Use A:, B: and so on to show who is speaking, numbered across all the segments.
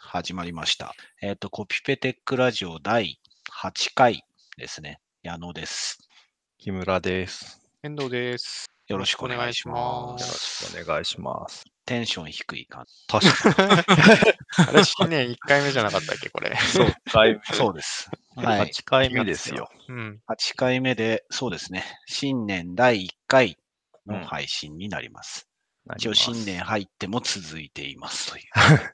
A: 始まりました。えっ、と、コピペテックラジオ第8回ですね。矢野です。
B: 木村です。
C: 遠藤です。
A: よろしくお願いしま
B: よ
A: す。
B: ろしくお願いします。
A: テンション低い感じ。
B: 確か
C: あれ、新年1回目じゃなかったっけ、これ。
B: に、回目
A: そう です。はい。
B: 8回目ですよ。
C: うん。
A: 8回目で、そうですね。新年第1回
B: う
A: の
B: ん
A: 配信になります。
B: なり
A: 一応
B: ます
A: 新年入っても続いていますという。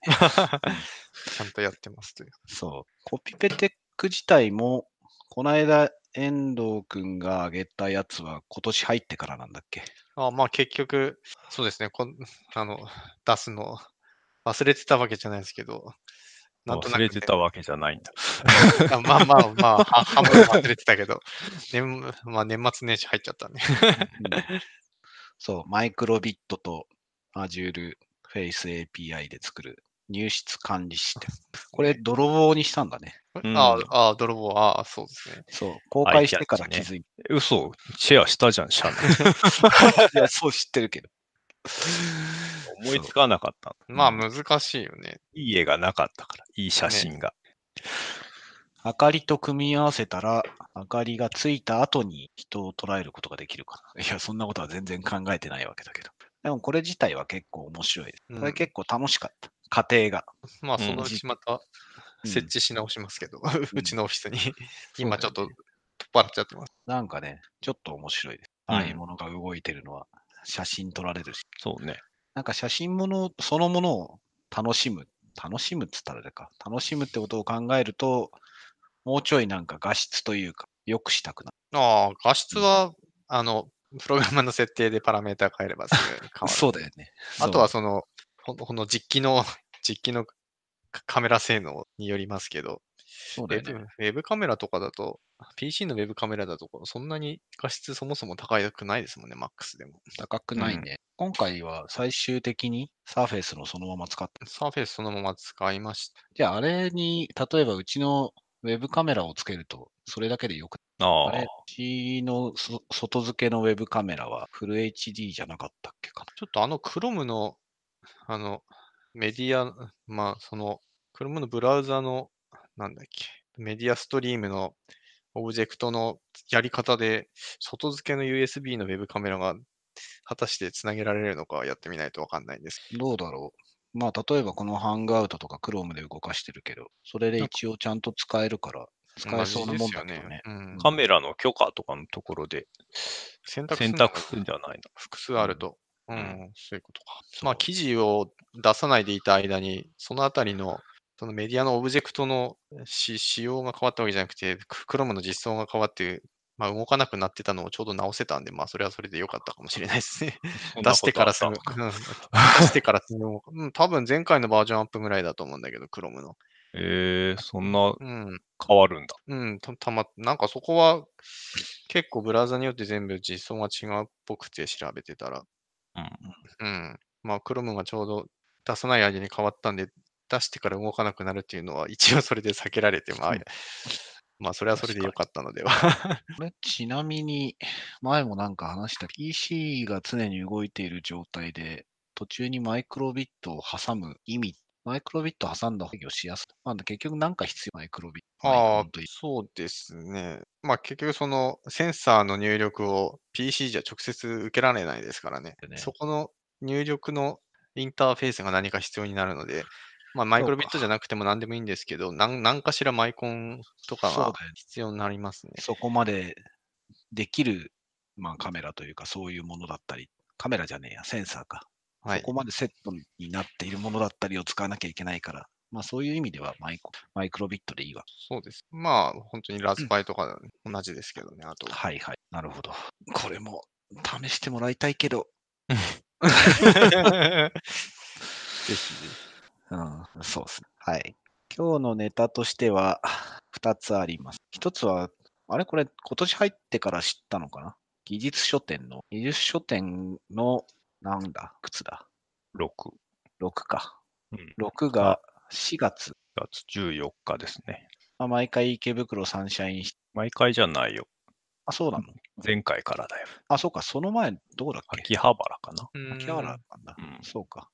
C: ちゃんとやってますという。
A: そう。コピペテック自体も、この間、遠藤くんが挙げたやつは今年入ってからなんだっけ
C: あまあ、結局、そうですね、こんあの、出すの、忘れてたわけじゃないですけど、なんとな
B: 忘
C: く、
B: れ
C: ね。
B: てたわけじゃないんだ。
C: あまあまあまあ、は半分忘れてたけど、年まあ、年末年始入っちゃったね。
A: うんそう、マイクロビットと Azure Face API で作る入室管理システ ム。これ、泥棒にしたんだね。
B: うん
C: ああ、あ泥棒、ああ、そうですね。
A: そう、公開してから気づい
B: 嘘、シェアしたじゃん、シャ
A: た。
B: ネ
A: いや、そう知ってるけど。
B: ル。思いつかなかった。
C: まあ、
B: うん
C: 難しいよね。
B: いい絵がなかったから、いい写真が。
A: 明かりと組み合わせたら、明かりがついた後に人を捉えることができるかな。いや、そんなことは全然考えてないわけだけど。でも、これ自体は結構面白いです。こ
C: う
A: れ
C: ん
A: 結構楽しかった。家庭が。
C: まあ、
B: うん
C: そのうちまた
A: うん
C: 設置し直しますけど、うちのオフィスに。
A: うだよ
C: 今
A: ね
C: ちょっと取っ払っちゃってます。
A: なんかね、ちょっと面白いです。ああいううんものが動いてるのは、写真撮られるし。
B: そうね。
A: なんか写真ものそのものを楽しむ、楽しむっつったらあれか、楽しむってことを考えると、もうちょいなんか画質というか、良くしたくなる。
C: ああ、画質は、あの、プログラマーの設定でパラメータ変えればすぐ変わる。
A: そうだよね。
C: あとはその、ほんこの実機の、 実機のカカメラ性能によりますけど、
A: そう
C: ウ
A: だよ
C: ェブ
A: ね。
C: ウェブカメラとかだと、PC のウェブカメラだと、そんなに画質そもそも高くないですもんね、MAX でも。
A: 高くないね。今回は最終的にサーフェイスのそのまま使って、
C: サーフェイスそのまま使いました。
A: じゃああれに、例えばうちのウェブカメラをつけると、それだけでよく
B: あ
A: あ
B: あ
A: れ、うちのそ外付けのウェブカメラはフル HD じゃなかったっけかな。
C: ちょっとあの Chrome の、 あの、メディア、まあ、その、Chrome のブラウザの、なんだっけ、メディアストリームのオブジェクトのやり方で、外付けの USB のウェブカメラが、果たしてつなげられるのかはやってみないとわかんないんです。
A: どうだろう。まあ、例えばこのハングアウトとか Chrome で動かしてるけど、それで
C: なんか
A: 一応ちゃんと使えるから、使えそうなもんだけどね。
C: 同じですようん
B: カメラの許可とかのところで
C: 選択する
B: 選
C: のが
B: 択するんじゃない
C: 複数あると。うん、
B: ん
C: そういうことか。
B: そう
C: まあ、記事を出さないでいた間に、そのあたりの、そのメディアのオブジェクトのし仕様が変わったわけじゃなくて、ク Chrome の実装が変わって、まあ、動かなくなってたのをちょうど直せたんで、まあ、それはそれで良かったかもしれないです ね。
B: の
C: 出してからす
B: そ
C: ぐ。
B: ん
C: うん
B: なことあっ
C: 出してからすぐ。うん、多分前回のバージョンアップぐらいだと思うんだけど、Chrome の。
B: たえー、そんな
C: うん。
B: 変わるんだ。
C: うん、たたま、なんかそこは結構ブラウザによって全部実装が違うっぽくて調べてたら。うん。まあ、Chrome がちょうど出さない間に変わったんで、出してから動かなくなるっていうのは一応それで避けられて、まあ、まあ、それはそれで良かったのでは。
A: これちなみに、前もなんか話した PC が常に動いている状態で、途中にマイクロビットを挟む意味、マイクロビットを挟んだ方がしやすい。まあ、結局なんか必要マイクロビット。マ
C: あ
A: イ
C: あ
A: クロンという、
C: そうですね。まあ、結局そのセンサーの入力を PC じゃ直接受けられないですからね。
A: ね
C: そこの入力のインターフェースが何か必要になるので、まあ、マイクロビットじゃなくても何でもいいんですけど、なん何かしらマイコンとか
A: そう
C: が
A: だよね
C: 必要になりますね。
A: そこまでできる、まあ、カメラというか、そういうものだったり、カメラじゃねえや、センサーか。
C: は
A: そ
C: い
A: こ。までセットになっているものだったりを使わなきゃいけないから、まあそういう意味ではマイコマイクロビットでいいわ。
C: そうです。まあ、本当にラズパイとか同じですけどね、あと。
A: はいはい。なるほど。これも試してもらいたいけど、
C: ぜひぜひ
A: うん、そうですね。はい。今日のネタとしては2つあります。1つは、あれこれ今年入ってから知ったのかな技術書店の、技術書店の、なんだ、靴だ。
B: 6
A: 6か。
B: うん
A: 6が4月。
B: 月14日ですね。
A: まあ、毎回池袋サンシャインシ。
B: 毎回じゃないよ。
A: あ、そうなの
B: 前回からだよ。
A: あ、そうか。その前、どこだっけ
B: 秋葉原かな。
C: うーん。
A: 秋葉原なんだ。
B: うん
A: そうか。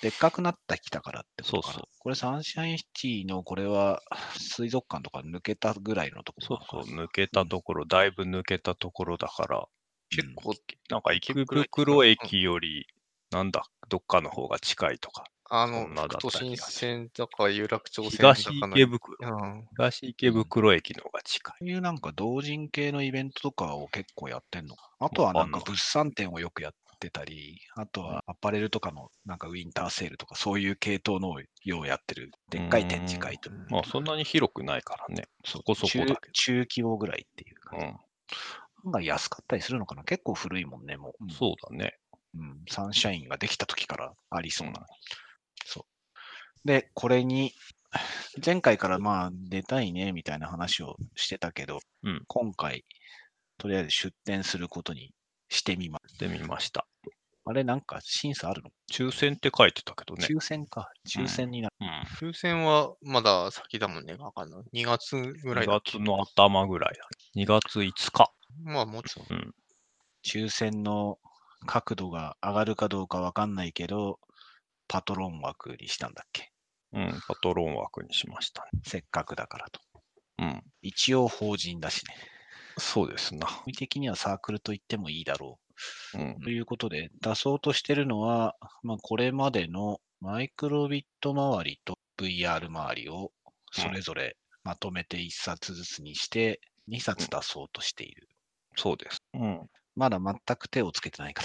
A: でっかくなったきたからってことかな
B: そう
A: これサンシャインシティのこれは水族館とか抜けたぐらいのとこ
B: そう
A: ろ
B: そう、抜けたところ、だいぶ抜けたところだから、
C: 結構、
B: なんか池袋駅より、なんだ、どっかの方が近いとか、
C: あ
B: そ
C: の
B: んなだっ、た
C: 副都心
B: 気がす
C: 線とか有楽町線とか
B: 東
C: の
B: 池袋、
C: うん、
B: 東池袋駅の方が近い。
A: そういうなんか同人系のイベントとかを結構やってんのかあとはなんか
B: わかん
A: 物産展をよくやってたり、あとはアパレルとかのなんかウィンターセールとかそういう系統のようやってる、でっかい展示会と。
B: まあそんなに広くないからね、そこそこだけ
A: 中中規模ぐらいっていう
B: ど。
A: 感
B: う
A: じ。
B: ん、
A: なんか安かったりするのかな結構古いもんね、もう。
B: そうだね。
A: うん、サンシャインができた時からありそうな。
B: うん
A: そう。で、これに、前回からまあ出たいねみたいな話をしてたけど、
B: うん
A: 今回、とりあえず出店することにしてみます。
B: で、見ました。
A: あれ、なんか審査あるの、
B: 抽選って書いてたけどね。
A: 抽選か。抽選になる。
B: うん。
C: 風船はまだ先だもんね、わかんない。2月ぐらい
B: 2
C: だっ
B: 月
C: け。
B: の頭ぐらいだ。2月5日。
C: まあ、もうちょっと。
A: 抽選の角度が上がるかどうかわかんないけど、パトロン枠にしたんだっけ
B: うん、パトロン枠にしましたね。
A: せっかくだからと。
B: うん。
A: 一応法人だしね。
B: そうですな。
A: 意味的にはサークルと言ってもいいだろう。
B: うん。
A: ということで、出そうとしてるのは、まあ、これまでのマイクロビット周りと VR 周りをそれぞれまとめて1冊ずつにして、2冊出そうとしている。
B: そうです。うん。
A: まだ全く手をつけてないか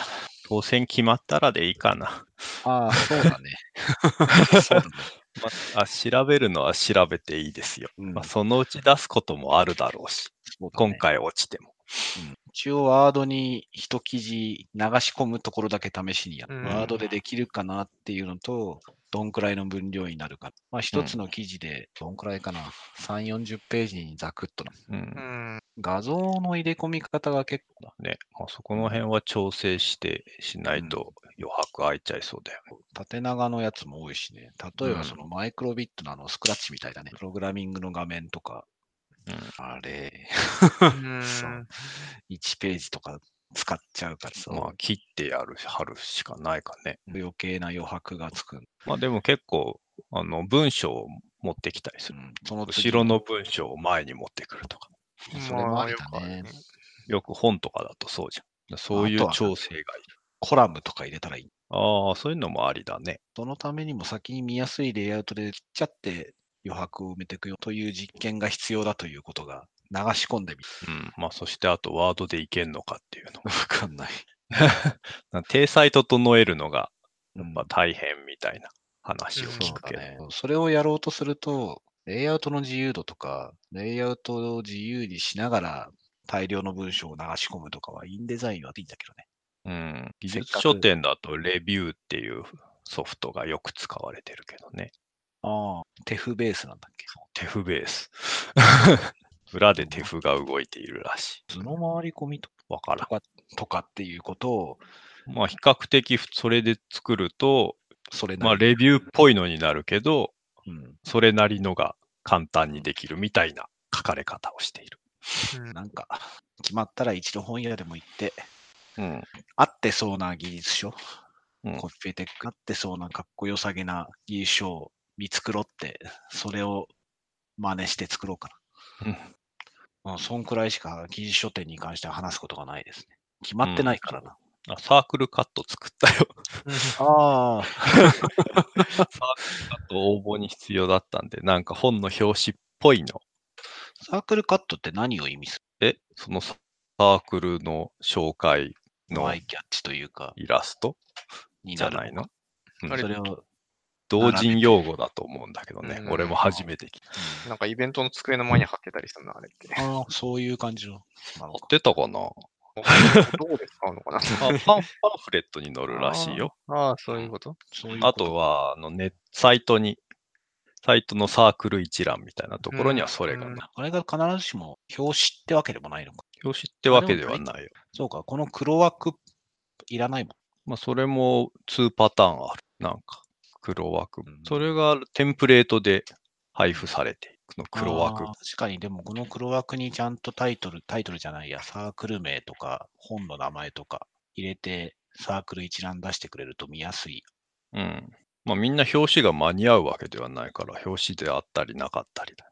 B: 当選決まったらでいいかな。
A: な。ああ、そうだね。 そうだね。
B: まあ、調べるのは調べていいですよ。
A: うん
B: まあ、そのうち出すこともあるだろうし、
A: そうだね
B: 今回落ちても。
A: 一応ワードに一記事流し込むところだけ試しにやって、
C: うん
A: ワードでできるかなっていうのと、どんくらいの分量になるか。まあ一つの記事で、どんくらいかな。3、40ページにザクッとな。
B: うん。
C: うん。
A: 画像の入れ込み方が結構な
B: ね、まあ、そこの辺は調整してしないと余白空いちゃいそうだよね。
A: 縦長のやつも多いしね。例え
B: う
A: ば
B: ん
A: そのマイクロビットのあのスクラッチみたいだね。プログラミングの画面とか、
B: うん
A: あれ、
C: うん
A: そう1ページとか使っちゃうからさ、
B: まあ、切ってやる、貼るしかないかね。
A: 余計な余白がつく。
B: まあ、でも結構、あの、文章を持ってきたりす
A: う
B: る。
A: ん、その
B: 後ろの文章を前に持ってくるとか。
A: 次それもありだ
C: まあ
A: ね
C: よくある。
B: よく本とかだとそうじゃん。そうい
A: あと
B: う
A: は
B: 調整がいる。
A: コラムとか入れたらいい。
B: ああ、そういうのもありだね。
A: そのためにも先に見やすいレイアウトで切っちゃって余白を埋めていくよという実験が必要だということが流し込んでみる。
B: うん。まあ、そしてあとワードでいけんのかっていうの。
A: わかんない。
B: な体裁整えるのが、
A: うん
B: まあ、大変みたいな話を
C: うん
B: 聞
A: そう
B: くけど。
A: だね。それをやろうとすると、レイアウトの自由度とか、レイアウトを自由にしながら大量の文章を流し込むとかは、インデザインはいいんだけどね。
B: うん。技
A: せっかく
B: 術書店だとレビューっていうソフトがよく使われてるけどね。
A: ああ。テフベースなんだっけ。
B: テフベース。 裏でテフが動いているらしい。
A: 図の回り込みと
B: わから
A: かとかっていうことを、
B: ん。まあ、比較的それで作ると、
A: それ
B: ま
A: な
B: あ、
A: りに、
B: レビューっぽいのになるけど、
A: うん、
B: それなりのが簡単にできるみたいな書かれ方をしている。
C: うん
A: なんか、決まったら一度本屋でも行って、
B: うん。
A: 合ってそうな技術書、
B: うん
A: コピペテック合ってそうなかっこよさげな技術書を見繕って、それを真似して作ろうか
B: うん
A: な。うん、そんくらいしか技術書店に関しては話すことがないですね。決まってないからな。
B: あサークルカット作ったよ。
A: ああ、
B: サークルカット応募に必要だったんで、なんか本の表紙っぽいの。
A: サークルカットって何を意味す
B: え、そのサークルの紹介
A: るの
B: の
A: アイキャッチというか、
B: イラスト
A: に
B: じ
A: な
B: ゃ
A: る
B: ないの
C: あれ
A: それを、
B: 同人用語だと思うんだけどね
C: う。ん
B: 俺も初めて聞いた。
C: なんかイベントの机の前に貼ってたりするな、あれって。
A: ああそういう感じの。なの
B: 持
A: か
B: ってたかな
C: どうで使うのかな
B: あパン パンフレットに載るらしいよ。
C: ああ、そういうこと
A: そういう
B: あ
A: こと
B: は、あの、ね、サイトに、サイトのサークル一覧みたいなところにはそれが
C: う
B: なんい。
A: あれが必ずしも表紙ってわけでもないのか。
B: 表紙ってわけではないよ。
A: そうか、この黒枠いらないもん。
B: まあ、それも2パターンある。なんか、黒枠
A: うん。
B: それがテンプレートで配布されていく。この黒枠
A: あー。確かに、でもこの黒枠にちゃんとタイトル、タイトルじゃないや、サークル名とか、本の名前とか入れて、サークル一覧出してくれると見やすい。
B: うん。まあみんな表紙が間に合うわけではないから、表紙であったりなかったりだね。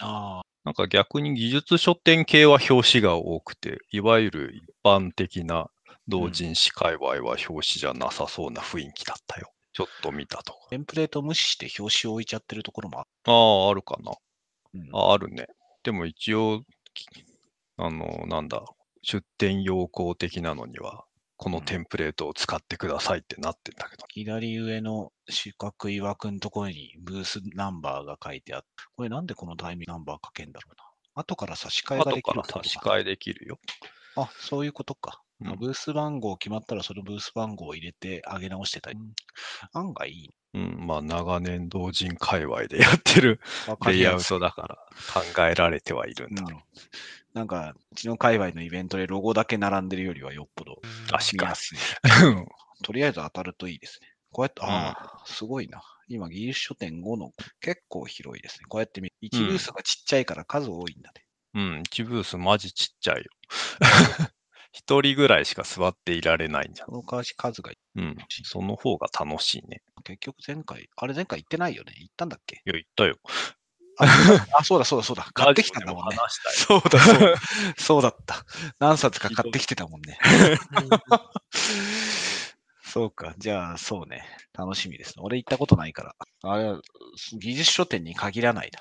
A: ああ、
B: なんか逆に技術書店系は表紙が多くて、いわゆる一般的な同人誌界隈は表紙じゃなさそうな雰囲気だったよ。ちょっと見たとこ
A: テンプレート無視して表紙を置いちゃってるところもあ
B: ああ、あるかな。
A: る。うん
B: あ、あるね。でも一応、きあの、なんだ、出店要項的なのには、このテンプレートを使ってくださいってなってんだけど、
A: 左上の四角い枠のところにブースナンバーが書いてあって、これなんでこのタイミングナンバー書けんだろうな。後から差し替えが
B: 後
A: でき
B: か
A: る
B: ら
A: ってこ
B: 差
A: と
B: し替えできるよ。
A: あ、そういうことか。あ
B: うん
A: ブース番号決まったら、そのブース番号を入れて上げ直してたり。案外いい
B: うん、まあ長年同人界隈でやって る
A: な。わか
B: レ
A: り
B: イア
A: や
B: ウ
A: すい
B: トだから考えられてはいるんだ。
A: うんなんか、うちの界隈のイベントでロゴだけ並んでるよりはよっぽど
B: 確
A: 見
B: か
A: やすい。とりあえず当たるといいですね。こうやって、ああ、すごいな。今、技術書店5の結構広いですね。こうやって見1ブースがちっちゃいから数多いんだね。
B: に。うん、1ブースマジちっちゃいよ。 一人ぐらいしか座っていられないんじゃん
A: そ。の代わり数がいい、
B: うん、その方が楽しいね。
A: 結局前回、あれ前回行ってないよね。行ったんだっけ
B: いや、言ったよ。
A: あ、 あそうだそうだそうだ。買ってきたんだもんね。
B: ラジオで話したよ
A: そうだ そうだ、そうだった。何冊か買ってきてたもんね。 そうか、じゃあそうね、楽しみです。俺行ったことないから。あれは、技術書店に限らないな。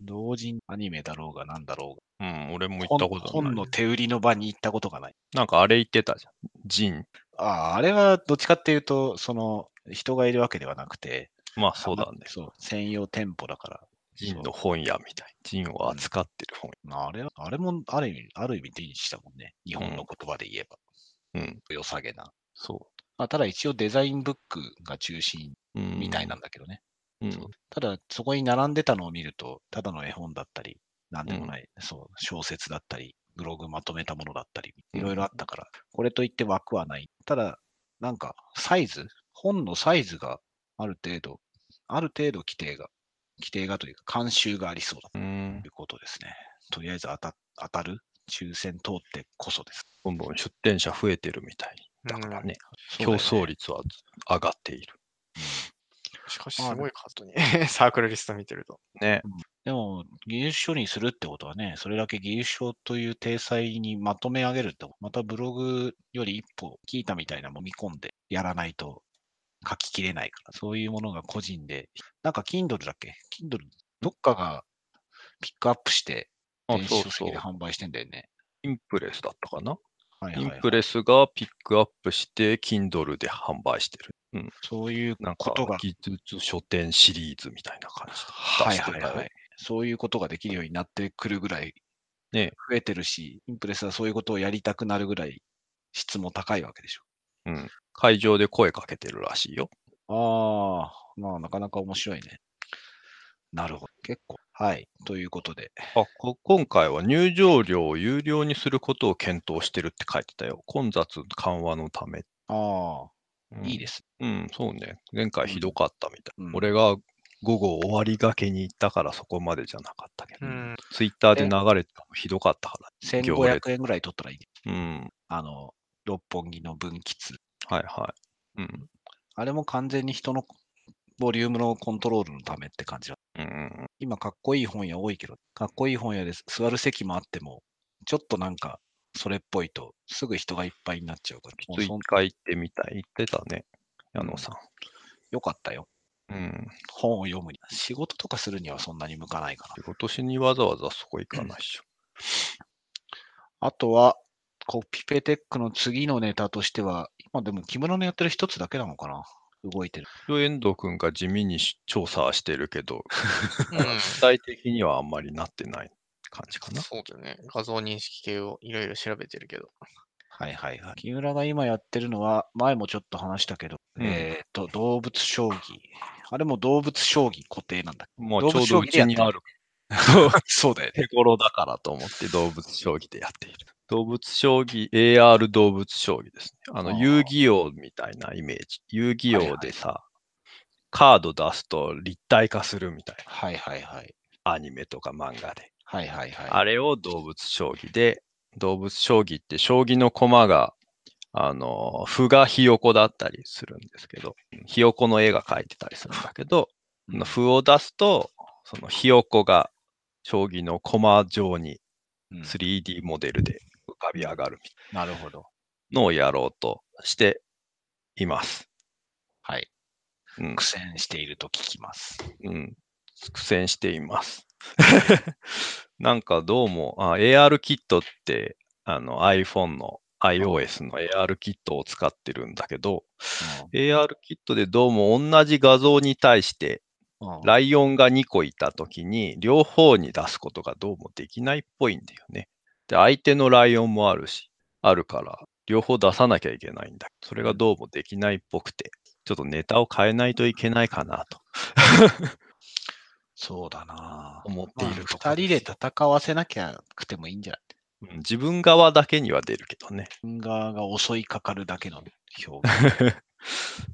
A: 同人アニメだろうが何だろ
B: うん、俺も
A: うが
B: 行ったこと
A: 本。
B: ない
A: 本。の手売りの場に行ったことがない。
B: なんかあれ言ってたじゃん。ジン。
A: ああ、あれはどっちかっていうと、その、人がいるわけではなくて、
B: まあそうだね。
A: そう、専用店舗だから。
B: ジンの本屋みたい。ジンを扱ってる本
A: あれは、あれもある意味、ある意味手にしたもんね。日本の言葉で言えば。
B: 屋。うん、
A: 良さげな。
B: そ
A: まあ、ただ一応デザインブックが中心
B: う。うん
A: みたいなん。だけどね。
B: うん
A: そうただ、そこに並んでたのを見ると、ただの絵本だったり、なんでもない、そう、小説だったり、ブログまとめたものだったり、
B: うん
A: いろいろあったから、これといって枠はない。ただ、なんか、サイズ、本のサイズがある程度、ある程度規定が、規定がというか、慣習がありそうだ
B: う
A: と
B: ん
A: いうことですね。とりあえず当た当たる、抽選通ってこそです。
B: どんどん出店者増えてるみたいだからね。競
A: そうだよね
B: 争率は上がっている。
C: しかし、すごい数に。 サークルリスト見てると。
B: ね。
A: でも、技術書にするってことはね、それだけ技術書という体裁にまとめ上げると、またブログより一歩聞いたみたいなもみ込んでやらないと書ききれないから、そういうものが個人で、なんか Kindle だっけ ?Kindle、どっかがピックアップして、
B: あ
A: 電
B: そ
A: 子
B: う
A: 書
B: そう
A: 籍で。販売してんだよね。
B: インプレスだったかな。
A: はい
B: イ
A: はい、
B: ン
A: はい
B: プ。レスがピックアップして、Kindle で販売してる。うん。
A: そういう
B: なん
A: こ
B: か
A: とが、、
B: 技術書店シリーズみたいな感じ
A: はい
B: 出し
A: は
B: て
A: い
B: たよ
A: はい。そういうことができるようになってくるぐらい、
B: ね
A: 増えてるし、インプレスはそういうことをやりたくなるぐらい質も高いわけでしょ。
B: 会場で声かけてるらしいよ。
A: ああ、まあ、なかなか面白いね。なるほど。結構。はい。ということで。
B: あこ今回は入場料を有料にすることを検討してるって書いてたよ。混雑緩和のため。
A: ああ、
B: うん
A: いいです。
B: うん、そうね。前回ひどかったみたい。
A: うん
B: 俺が午後終わりがけに行ったからそこまでじゃなかったけど、
C: うん。
B: ツイッターで流れてたのひどかったか行列
A: 1500円ぐらい取ったらいい。
B: ら。うん、
A: あの、六本木の分岐
B: はいはい。うん、
A: あれも完全に人のボリュームのコントロールのためって感じだ。
B: うんうん、
A: 今、かっこいい本屋多いけど、かっこいい本屋です座る席もあっても、ちょっとなんか、それっぽいと、すぐ人がいっぱいになっちゃうから、もう
B: ツイ
A: そ
B: ッ
A: ん
B: ター行ってみたい。行ってたね、矢野さ
A: よかったよ。
B: ん。うん、
A: 本を読むに。仕事とかするにはそんなに向かないかな。
B: 今年にわざわざそこ行かないっしょ。
A: あとは、コピペテックの次のネタとしては、今でも木村のやってる一つだけなのかな動いてる。
B: 一応遠藤君が地味にし調査はしてるけど、具体的にはあんまりなってない感じかな。
C: そうだよね。画像認識系をいろいろ調べてるけど。
A: はいはいはい。木村が今やってるのは、前もちょっと話したけど、
B: うん
A: えっと、動物将棋。あれも動物将棋固定なん だ。
B: まあ
A: 動
B: ちょ
A: 物
B: う
A: 将
B: ど
A: 棋
B: う
A: でやって
B: ち
A: る
B: にある
A: そうだよね。
B: 手頃だからと思って動物将棋でやっている。動物将棋、AR 動物将棋ですね。あ
A: あー
B: の、遊戯王みたいなイメージ。遊戯
A: はいは
B: 王
A: い
B: でさ、カード出すと立体化するみたい
A: はいはいはい。
B: なアニメとか漫画で。
A: はいはいはい。
B: あれを動物将棋で、動物将棋って将棋の駒があの、符がひよこだったりするんですけど、ひよこの絵が描いてたりするんだけど、その符を出すと、そのひよこが将棋の駒上に
A: うん
B: 3D モデルで浮かび上がるみた
A: な
B: い
A: るほど。
B: なのをやろうとしています。
A: はい。
B: うん
A: 苦戦していると聞きます。
B: うん、苦戦しています。 なんかどうもあ AR キットってあの iPhone の iOS の AR キットを使ってるんだけど、AR キットでどうも同じ画像に対して
A: うん
B: ライオンが2個いたときに両方に出すことがどうもできないっぽいんだよね。で、相手のライオンもあるし、あるから両方出さなきゃいけないんだ。それがどうもできないっぽくて、ちょっとネタを変えないといけないかなと
A: そうだなぁ。
B: 思っているところ
A: 2人で戦わせなきゃくてもいいんじゃない
B: うん自分側だけには出るけどね。
A: 自分側が襲いかかるだけの表 現。
B: う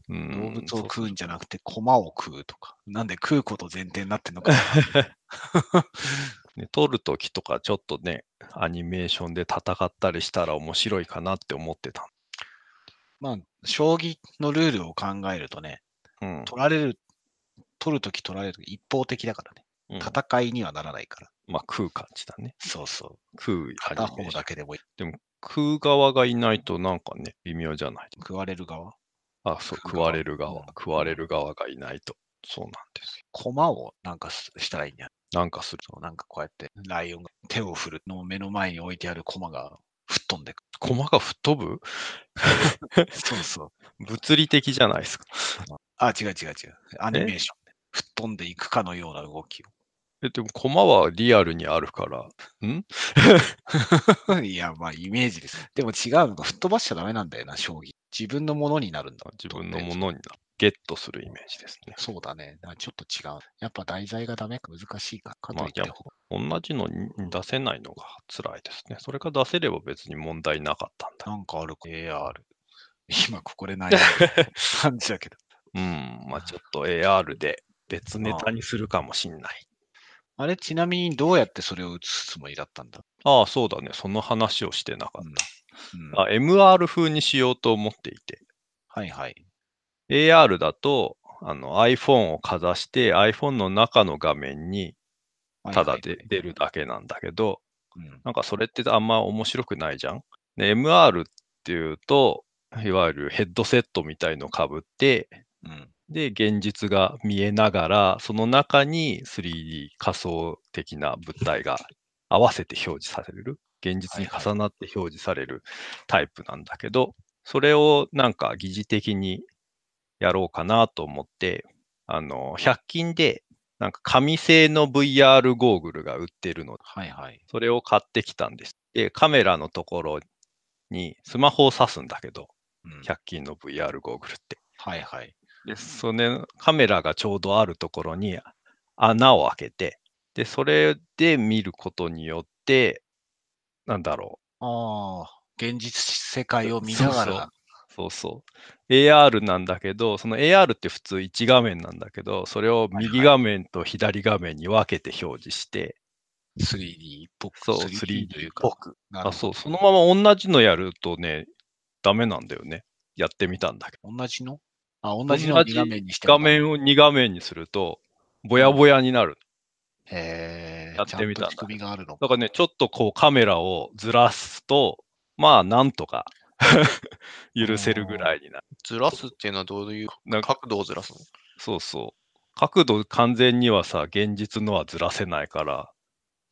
A: 動
B: ん
A: 物を食うんじゃなくて、駒を食うとか。なんで食うこと前提になって んのか。
B: ね撮るときとかちょっとね、アニメーションで戦ったりしたら面白いかなって思ってた。
A: まあ、将棋のルールを考えるとね、
B: うん。
A: 取られる、取るとき取られるとき一方的だからね。
B: うん
A: 戦いにはならないから。
B: まあ食う感じだね。
A: そうそう。
B: 食うア
A: 片方
B: ニメーション
A: だけでもいい。
B: 食う側がいないとなんかね、微妙じゃない。
A: 食われる側。
B: あ、そう、
A: 食う
B: 食
A: 側
B: われる側、
A: うん
B: 食われる側がいないと。そうなんですよ。
A: 駒をなんかすしたらいいんじゃない
B: なんかする。
A: そうなんかこうやって、ライオンが手を振るのを目の前に置いてある駒が吹っ飛ん でく
B: 駒が吹っ飛ぶ
A: る。そうそう。
B: 物理的じゃないですか。
A: あ、違う違う違う。アニメーションで。吹っ飛んでいくかのような動き
B: え、でも駒はリアルにあるから、
A: を。 いや、まあ、イメージです。でも違うのが、吹っ飛ばしちゃダメなんだよな、将棋。自分のものになるんだ。
B: 自分の
A: 飛ん
B: も
A: で
B: のになる。ゲットするイメージですね。
A: そうだね。だからちょっと違う。やっぱ題材がダメか難しいか。か
B: ま
A: と
B: あ
A: いって、
B: やっ同じのに出せないのが辛いですね。それが出せれば別に問題なかったんだ。
A: なんかあるか。AR。今ここでない 感じだけど。
B: うん、まあちょっと AR で別ネタにするかもしんない。
A: あれ、ちなみにどうやってそれを映すつもりだったんだ、
B: ああ、そうだね。その話をしてなかっ
A: うん
B: た。あ MR 風にしようと思っていて。
A: はいはい。
B: AR だとあの iPhone をかざして iPhone の中の画面にただで出るだけなんだけど、
A: うん
B: なんかそれってあんま面白くないじゃん。で MR っていうと、いわゆるヘッドセットみたいのかぶって、
A: うん。
B: で、現実が見えながら、その中に 3D 仮想的な物体が合わせて表示される、現実に重なって表示されるタイプなんだけど、それをなんか疑似的にやろうかなと思って、あの、100均でなんか紙製の VR ゴーグルが売ってるので、
A: はいはい。
B: それを買ってきたんです。で、カメラのところにスマホを挿すんだけど、
A: うん
B: 100均の VR ゴーグルって。
A: はいはい。
B: で、そのカメラがちょうどあるところに穴を開けて、で、それで見ることによって、なんだろ
A: ああ、現実世界を見ながら。
B: う、そうそう。AR なんだけど、その AR って普通1画面なんだけど、それを
A: はい
B: 右画面と左画面に分けて表示して、
A: 3D っぽく。
B: そう、
A: 3D という
B: 3D っ
A: か
B: ぽ。く。
A: なる
B: あ、
A: ほ
B: そう、そのまま同じのやるとね、ダメなんだよね。やってみたんだけど。
A: ど同じのあ、同じのを
B: 同
A: 二
B: じ
A: 画面にしても
B: 画面を2画面にすると、ぼやぼやになる。
A: へえ。
B: やってみた
A: ちゃん
B: んだ
A: と仕組みがあるの
B: だからね、ちょっとこうカメラをずらすと、まあなんとか許せるぐらいになる。
C: ずらすっていうのはどういう
B: なんか
C: 角度をずらすの
B: そうそう。角度完全にはさ、現実のはずらせないから、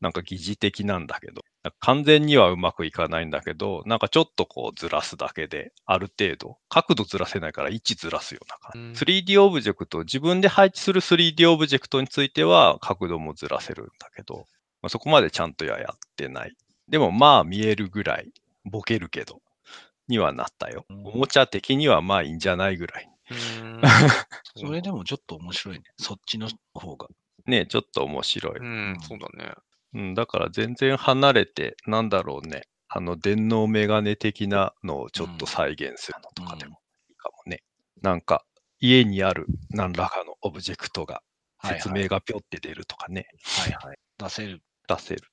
B: なんか疑似的なんだけど、なんか完全にはうまくいかないんだけど、なんかちょっとこうずらすだけで、ある程度、角度ずらせないから位置ずらすような
C: う
B: 感
C: ん
B: じ。3D オブジェクト、自分で配置する 3D オブジェクトについては角度もずらせるんだけど、まあ、そこまでちゃんとはやってない。でもまあ見えるぐらい、ボケるけど、にはなったよ。
A: うん
B: おもちゃ的にはまあいいんじゃないぐらい。
C: うーん
A: そ れでもちょっと面白いね。そっちの方が。
B: ねちょっと面白い。
C: うん、そうだね。
B: うん、だから全然離れて、なんだろうね、あの、電脳メガネ的なのをちょっと
A: うん
B: 再現するのとかでもいいかもね。なんか、家にある何らかのオブジェクトが、
A: はいはい
B: 説明がぴょって出るとかね、
A: はいはい。出せる。
B: 出せる。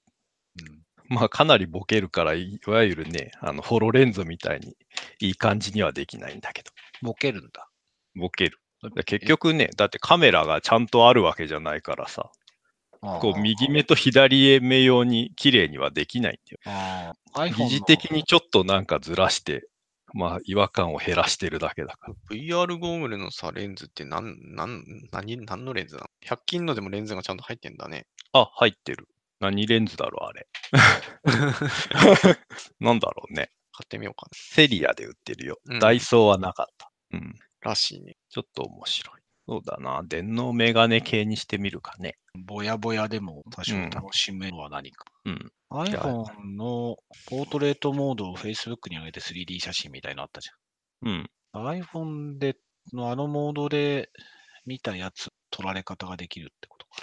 A: うん
B: まあかなりボケるから、いいわゆるね、あの、ホロレンズみたいにいい感じにはできないんだけど、
A: ボケるんだ。
B: ボケる。だから結局ね、だってカメラがちゃんとあるわけじゃないからさ、こう右目と左目用に綺麗にはできないんだよ。
A: あー。iPhone の
B: 疑似的にちょっとなんかずらして、まあ違和感を減らしてるだけだから。
C: VR ゴーグルのさ、レンズってなんなん何何のレンズなの ?100 均のでもレンズがちゃんと入ってんだね。
B: あ、入ってる。何レンズだろう、あれ。 なんだろうね。
C: 買ってみようか
B: セリアで売ってるよ。
C: うん
B: ダイソーはなかった。うん。
C: な。らしいね。
B: ちょっと面白い。そうだな。電脳メガネ系にしてみるかね。
A: ぼやぼやでも多少楽しめるのは何か。
B: うん。
A: iPhone のポートレートモードを Facebook に上げて 3D 写真みたいのあったじ
B: うん。
A: ゃん。iPhone でのあのモードで見たやつ、撮られ方ができるってことか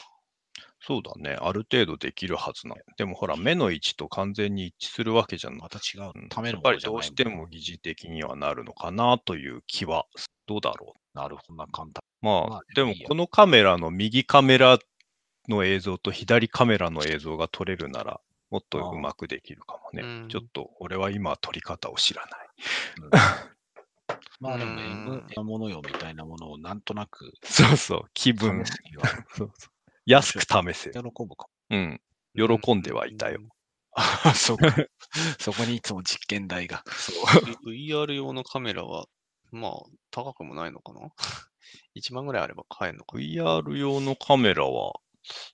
B: そうだね。ある程度できるはずなの。でもほら、目の位置と完全に一致するわけじゃ
A: な。
B: な
A: ま
B: い。
A: た違う。
B: うん
A: ため
B: や
A: の
B: っ
A: も
B: ぱ
A: の
B: り
A: じゃ
B: ど
A: な
B: う
A: い
B: しても疑似的にはなるのかなという気は、どうだろ
A: なるほど、こんな簡単。
B: う。まあ、
A: まあ
B: で
A: い
B: も
A: いよ
B: このカメラの右カメラの映像と左カメラの映像が撮れるなら、もっとうまくできるかも
C: う
B: ね
C: ん。
B: ちょっと俺は今撮り方を知らない。
A: まあでも
C: う
A: M
C: ん
A: のものよみたいなものをなんとなく
B: そうそう、気
A: 試す
B: 分。
A: には
B: そうそう安く試 せ
A: 喜
B: る。
A: ぶか
B: うん。喜んではいたよ。
A: も。そこ、そこにいつも実験台が。
C: V- VR 用のカメラは、まあ、高くもないのかな ?1 万ぐらいあれば買えるのかな
B: VR 用のカメラは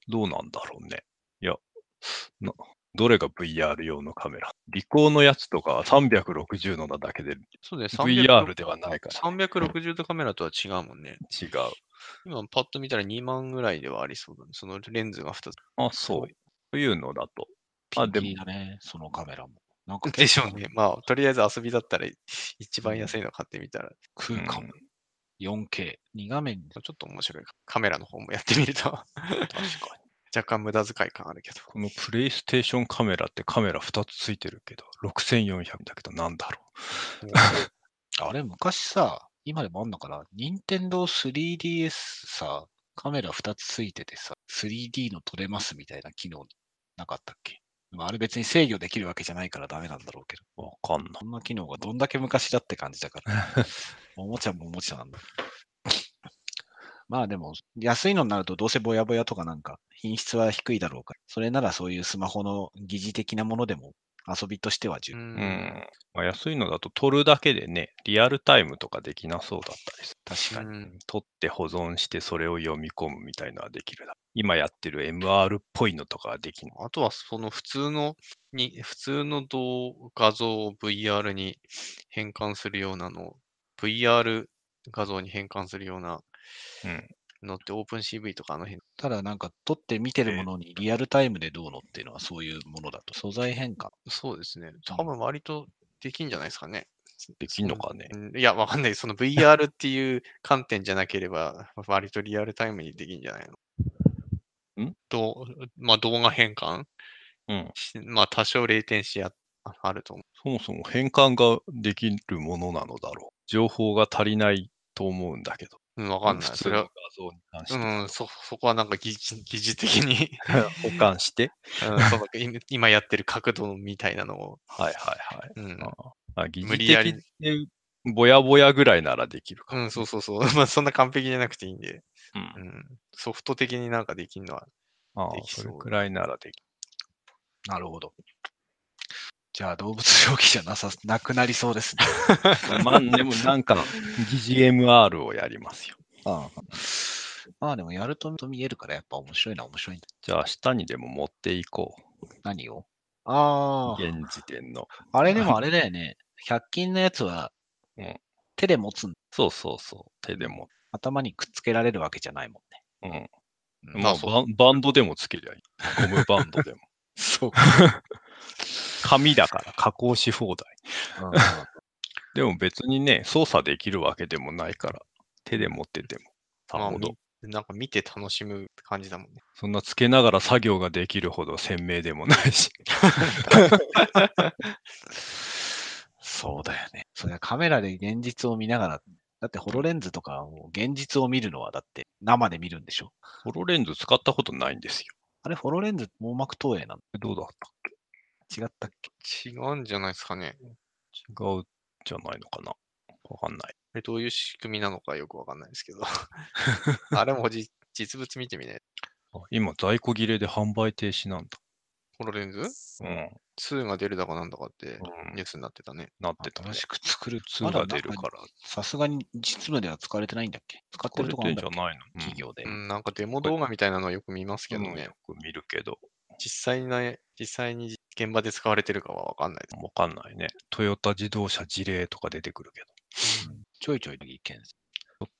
B: どうなんだろうね。いや、などれが VR 用のカメラリコーのやつとか360のだけで
C: そうね、
B: VR ではないから
C: 360度カメラとは違うもんね。
B: 違う。
C: 今パッと見たら2万ぐらいではありそうだね。そのレンズが2つ。
B: あ、そう。というのだと。
A: ピ
B: あ
A: ン
B: でも
A: キーだね、そのカメラも。なんか
C: でし
A: 結
C: ょ
A: 構
C: うね。まあ、とりあえず遊びだったら一番安いの買ってみたら、
A: 空間、
B: うん
A: 4K、2画面
C: ちょっと面白いか。カメラの方もやってみると 若
B: 確 かに。
C: 干無駄遣い感あるけど。
B: このプレイステーションカメラってカメラ2つついてるけど、6400だけどなんだろ
A: あれ、昔さ、今でもあんのかな任天堂 3DS さ、カメラ2つついててさ、3D の撮れますみたいな機能なかったっけまああれ別に制御できるわけじゃないからダメなんだろうけ
B: う。
A: ど、
B: わかんない。
A: こんな機能がどんだけ昔だって感じだから。 おもちゃもおもちゃなんだ。 まあでも、安いのになるとどうせぼやぼやとかなんか品質は低いだろうから、それならそういうスマホの疑似的なものでも遊びとしては十
C: う。
A: 分。
B: うんん。まあ、安いのだと撮るだけでね、リアルタイムとかできなそうだったりす
A: 確かに。
C: うん
B: 撮って保存してそれを読み込むみたいなのはできるだ。今やってる MR っぽいのとかはできない。
C: あとはその普通のに、普通の動画像を VR に変換するようなの、VR 画像に変換するような
B: うん
C: のって、OpenCV とかあの辺。
A: ただなんか撮って見てるものにリアルタイムでどうのっていうのはそういうものだと。素材変化。
C: そうですね。多分割とできんじゃないですかね。
B: できんのかね。
C: うんいや、わかんない。その VR っていう観点じゃなければ、割とリアルタイムにできんじゃないの
B: ん
C: どうまあ、動画変換
B: うん。
C: しまあ、多少レイテンシーああると思
B: そもそも変換ができるものなのだろう。情報が足りないと思うんだけど。
C: う。うん、わかんない。
B: 普
C: そ
B: 通
C: れ
B: の
C: は
B: 画、像に関して。
C: うん、そ、そこはなんか疑似疑似的に うん、
B: 保管して。
C: その今今やってる角度みたいなのを、
B: はいはいはい。
C: うん、
B: あ疑似
C: 無
B: 的
C: 理やり
B: でぼやぼやぐらいならできるか
C: う
B: も。
C: ん、そうそう そう。まあ、そんな完璧じゃなくていいんで、
B: うん
C: うん、ソフト的になんかできるのは、
B: ああ
C: できそ
B: そうれくらいならでき
A: なるほど。じゃあ動物病気じゃなさ、 なくなりそうですね。
B: る。まあでもなんか疑似 MR をやりますよ。
A: ああまあでもやると見えるからやっぱ面白いな、面白いんだ。
B: じゃあ下にでも持っていこ
A: 何を
B: う。
A: ああ。
B: 現時点の。
A: あれで もあれだよね。100均のやつは
B: うん、
A: 手で持つん、
B: そうそうそう。手でも。
A: 頭にくっつけられるわけじゃないもんね。
B: うん。
A: うん
B: まあ
C: あそう
B: バンバンドでもつけりゃいい。ゴムバンドでも。
A: そう。
B: 紙だから加工し放題。でも別にね、操作できるわけでもないから、手で持ってても。さ
C: まあ
B: ほど
C: み。なんか見て楽しむ感じだもんね。
B: そんなつけながら作業ができるほど鮮明でもないし。
A: そうだよね。それはカメラで現実を見ながら、だってホロレンズとかはもう現実を見るのはだって生で見るんでしょ
B: ホロレンズ使ったことないんですよ。
A: あれ、ホロレンズ網膜投影なの
B: どうだった
A: 違ったっけ
C: 違うんじゃないですかね。
B: 違うじゃないのかなわかんない。
C: えどういう仕組みなのかよくわかんな いですけど。あれもじ実物見てみね。
B: あ今、在庫切れで販売停止なんだ。
C: ホロレンズ
B: うん。
C: 2が出るだかなんだかって
B: うん
C: ニュースになってたね。
B: なってた
A: 新。
B: ね
A: しく作る
B: 2が出る
A: まだ
B: か
A: なん
B: ら。
A: さすがに実務では使われてないんだっけ使って
B: こ
A: る
B: れ
A: とこあるん
B: で
A: だ
B: じ
A: っ
B: ゃ
A: け
B: ないの
A: 企業で。
C: う
A: うん
C: ん、なんかデモ動画みたいなのはよく見ますけど
B: うん
C: ね
B: よ。く見るけど、
C: 実際に、実際に現場で使われてるかはわかんないです。
B: わかんないね。トヨタ自動車事例とか出てくるけど。
A: ちょいちょい意見です。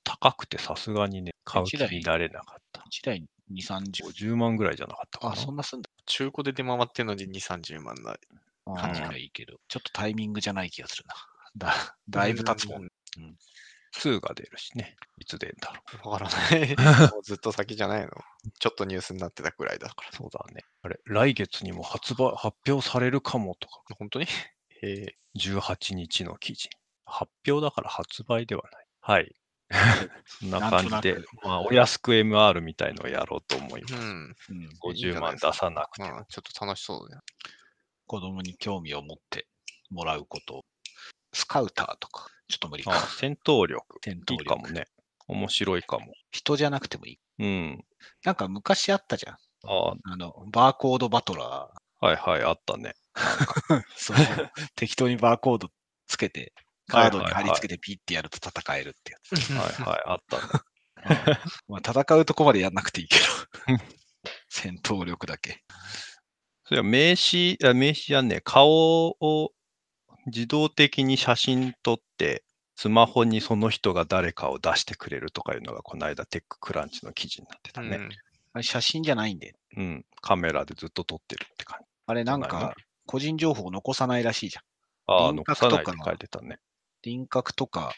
B: 高くてさすがにね、買う気になれなかった。
A: 1台2、30。
B: 50万ぐらいじゃなかったかな。
A: あ、そんなすんだ。
C: 中古で出回ってるのに2、30万な
A: あ
B: うん
A: ーじゃあいいけど、ちょっとタイミングじゃない気がするな。 だだいぶ経つもん。
B: 2が出るしね。いつ出るんだろ
C: ん。わから ない。もうずっと先じゃないの。ちょっとニュースになってたくらいだから。
B: う。そうだね。あれ、来月にも発売、発表されるかもとか、
C: 本当にへえ。
B: 18日の記事。発表だから発売ではない。はい。 そんな感じ
A: な
B: で
A: んと、
B: まあ、お安く MR みたいのをやろうと思いま
C: う
B: す。
C: ん。
A: うん
C: いいんじ
B: 50
C: ゃない
B: 万出さなくて
C: ま
B: も。
C: あ、ちょっと楽しそうだね。
A: 子供に興味を持ってもらうこと。スカウターとか、ちょっと無理
B: あ
A: か。
B: 戦闘力。
A: 戦
B: い
A: 闘
B: い
A: 力
B: かもね。面白いかも。
A: 人じゃなくてもいい。
B: うん。
A: なんか昔あったじゃん。
B: あ
A: あの、バーコードバトラ ー。
B: はいはい、あったね。
A: そう適当にバーコードつけて、カードに貼り付けてピッてやると戦えるってや つ。
B: はいはい、あったね。
A: まあ、戦うとこまでやんなくていいけ ど。戦闘力だけ。
B: それは名刺、あ名刺やねえ、顔を自動的に写真撮って、スマホにその人が誰かを出してくれるとかいうのが、この間、テッククランチの記事になってた
C: うん
B: ね。
A: あれ写真じゃないんで。
B: うん、カメラでずっと撮ってるって感じ。
A: あれなん
B: そうなの
A: か、個人情報残さないらしいじゃん。
B: ああ、
A: 輪
B: 残
A: 郭
B: さない
A: とか
B: で
A: の
B: 書いてたね。
A: 輪郭とか、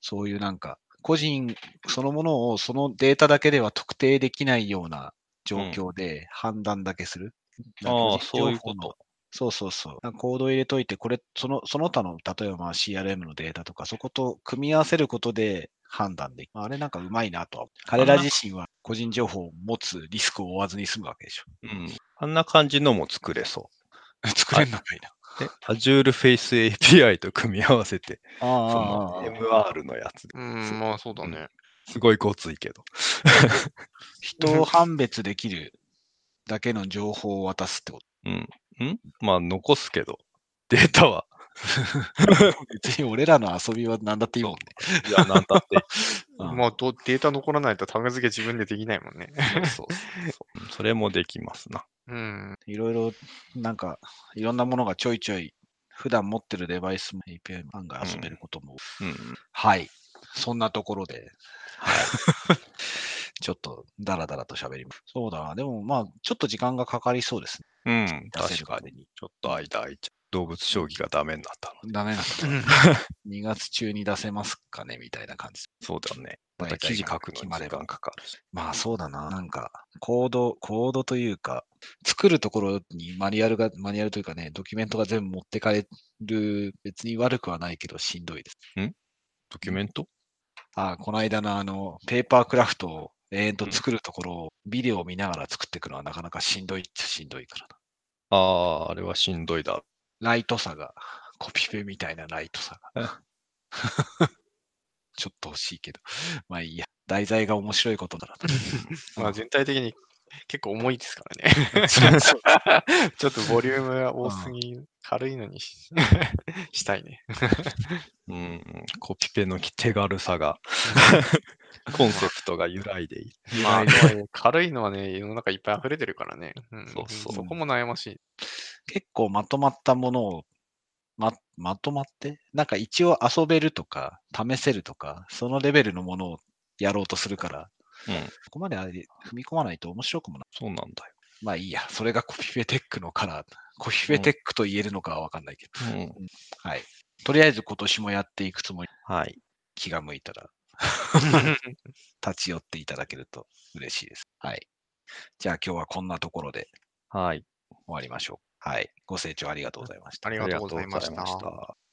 A: そういうなんか、個人そのものをそのデータだけでは特定できないような状況で判断だけする。なんか
B: ああ、
A: 個人
B: そういう
A: 情報
B: こ
A: の
B: と。
A: そうそうそう。なんかコード入れといて、これ、その、その他の、例えばまあ CRM のデータとか、そこと組み合わせることで判断できる。あれなんかうまいなとは。彼ら自身は個人情報を持つリスクを負わずに済むわけで しょ。
B: うん。あんな感じのも作れそ
A: 作れんのかいな。
B: う。ね、Azure Face API と組み合わせて、そ
A: あ
B: の MR のやつ。
C: うん、まあそうだね。
B: すごいごついけど。
A: 人を判別できるだけの情報を渡すってこと。
B: うん。んまあ、残すけど、データは、
A: 別に 俺らの遊びは何だっていいもんね。
B: いや、なんだって
A: うん
C: まあどデータ残らないとタグ付け自分でできないもんね。
B: そうそうそううんそれもできますな。
C: うん。
A: いろいろ、なんか、いろんなものがちょいちょい、普段持ってるデバイスも API も案外遊べることも
B: うん。
A: はい。そんなところで、 ちょっとダラダラと喋ります。そうだな。でもまあ、ちょっと時間がかかりそうですね。
B: うん、
A: 出せる
B: 確か
A: こと
B: に。ちょっと間空いちゃう。動物将棋がダメになったの。
A: ダメなんだ。2月中に出せますかねみたいな感じ。
B: そうだよね。ま
A: 大
B: た
A: 体
B: 記事書くの
A: 決
B: に
A: ま
B: 時
A: れば
B: 間。かかるし。
A: まあそうだな。なんか、コード、コードというか、作るところにマニュアルが、マニュアルというかね、ドキュメントが全部持ってかれる、別に悪くはないけど、しんどいです。
B: ドキュメント
A: ああ、この間のあの、ペーパークラフトを延々と作るところを、ビデオを見ながら作っていくのはなかなかしんどいっちゃしんどいからな。
B: ああ、あれはしんどいだ。
A: ライトさが、コピペみたいなライトさが。 ちょっと欲しいけど。まあいいや。題材が面白いことだなと。
C: まあ全体的に結構重いですからね。
A: そうそう
C: ちょっとボリュームが多すぎ、軽いのにししたいね。
B: うん、コピペの手軽さ が、コンセプトが揺らいでいい。
C: まあ、とはいえ軽いのはね、世の中いっぱい溢れてるからね。うん
B: そうそう
C: そこも悩まし い。
A: 結構まとまったものを、ま、まとまって、なんか一応遊べるとか、試せるとか、そのレベルのものをやろうとするから、
B: うん、
A: そこまであれ踏み込まないと面白くもない。
B: そうなんだよ。
A: まあいいや。それがコピペテックのカラー。コピペテックと言えるのかはわかんないけど。
B: うん、
A: はい。とりあえず今年もやっていくつもり、
B: はい。
A: 気が向いたら立ち寄っていただけると嬉しいです。はい。じゃあ今日はこんなところで
B: はい。
A: 終わりましょう。はい。ご清聴ありがとうございました
C: あ。りがとうございまし。
B: ありがとうございましたた。